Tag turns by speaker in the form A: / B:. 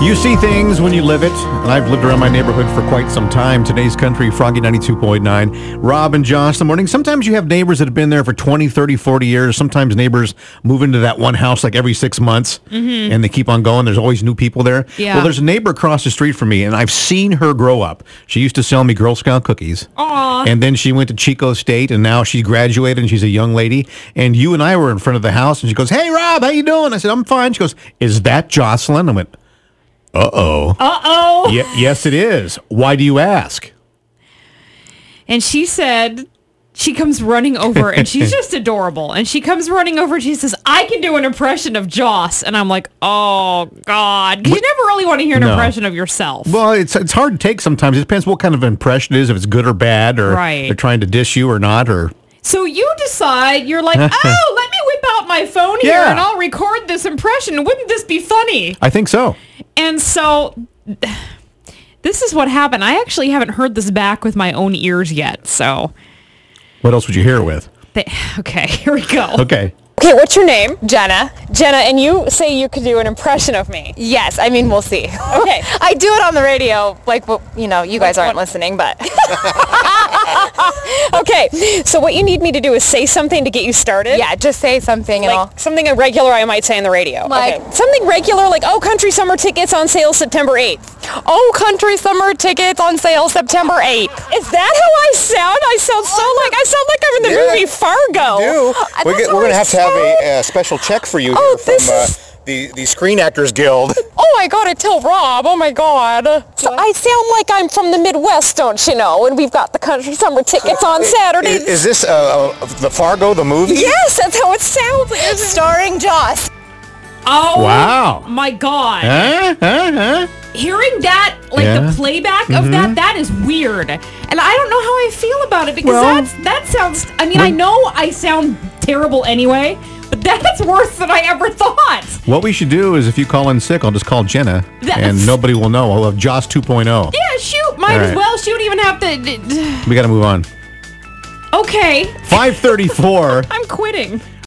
A: You see things when you live it, and I've lived around my neighborhood for quite some time. Today's country, Froggy 92.9. Rob and Josh, in the morning. Sometimes you have neighbors that have been there for 20, 30, 40 years. Sometimes neighbors move into that one house like every six months, and they keep on going. There's always new people there.
B: Mm-hmm. Yeah.
A: Well, there's a neighbor across the street from me, and I've seen her grow up. She used to sell me Girl Scout cookies.
B: Aw.
A: And then she went to Chico State, and now she graduated, and she's a young lady. And you and I were in front of the house, and she goes, hey, Rob, how you doing? I said, I'm fine. She goes, is that Jocelyn? I went, uh-oh.
B: Uh oh.
A: Ye- yes, it is. Why do you ask?
B: And she said, she comes running over and she's just adorable. And she comes running over and she says, I can do an impression of Joss. And I'm like, oh, God. 'Cause you never really want to hear an
A: No.
B: impression of yourself.
A: Well, it's it's hard to take sometimes. It depends what kind of impression it is, if it's good or bad, or
B: Right.
A: they're trying to dish you or not, or
B: so you decide, you're like, oh, let me whip out my phone here
A: Yeah.
B: and I'll record this impression. Wouldn't this be funny?
A: I think so.
B: And so this is what happened. I actually haven't heard this back with my own ears yet. So,
A: What else would you hear it with?
B: they, okay, here we go.
A: Okay.
C: Okay, what's your name? Jenna. Jenna, and you say you could do an impression of me. Yes, I mean we'll see. Okay. I do it on the radio, like well, you know, you guys aren't listening, but
D: Okay, so what you need me to do is say something to get you started.
C: yeah, just say something and I'll
D: Like something irregular I might say on the radio.
C: Like-
D: okay. something regular like oh country summer tickets on sale September 8th.
C: Oh, country summer tickets on sale September Oh 8th.
D: Is that how I sound? I sound so Oh, like I sound like I'm in the
E: Yeah,
D: movie Fargo.
E: do.
D: Oh, I-
E: We're,
D: that's
E: get,
D: how
E: we're going
D: I
E: to have to have
D: sound.
E: a, uh special check for you
D: Oh,
E: here from
D: this
E: uh,
D: is-
E: the, the Screen Actors Guild.
C: Oh, I got to tell Rob. Oh my god.
D: So I sound like I'm from the Midwest, don't you know? And we've got the country summer tickets on Saturday.
E: Is, is this uh, uh, the Fargo, the movie?
D: yes, that's how it sounds.
C: Starring Joss.
B: Oh
A: Wow.
B: my god.
A: Huh? Huh? Huh?
B: Hearing that like
A: Yeah. Mm-hmm.
B: the playback of that that is weird. And I don't know how I feel about it because
A: Well-
B: that's that sounds I mean I know I sound terrible anyway, but that's worse than I ever thought.
A: What we should do is if you call in sick, I'll just call Jenna,
B: That-
A: and nobody will know. I'll have Joss oh. 2.0.
B: Yeah, shoot, might
A: All right.
B: as well. She would even have to d- d-
A: We got to move on.
B: Okay,
A: 534.
B: I'm quitting.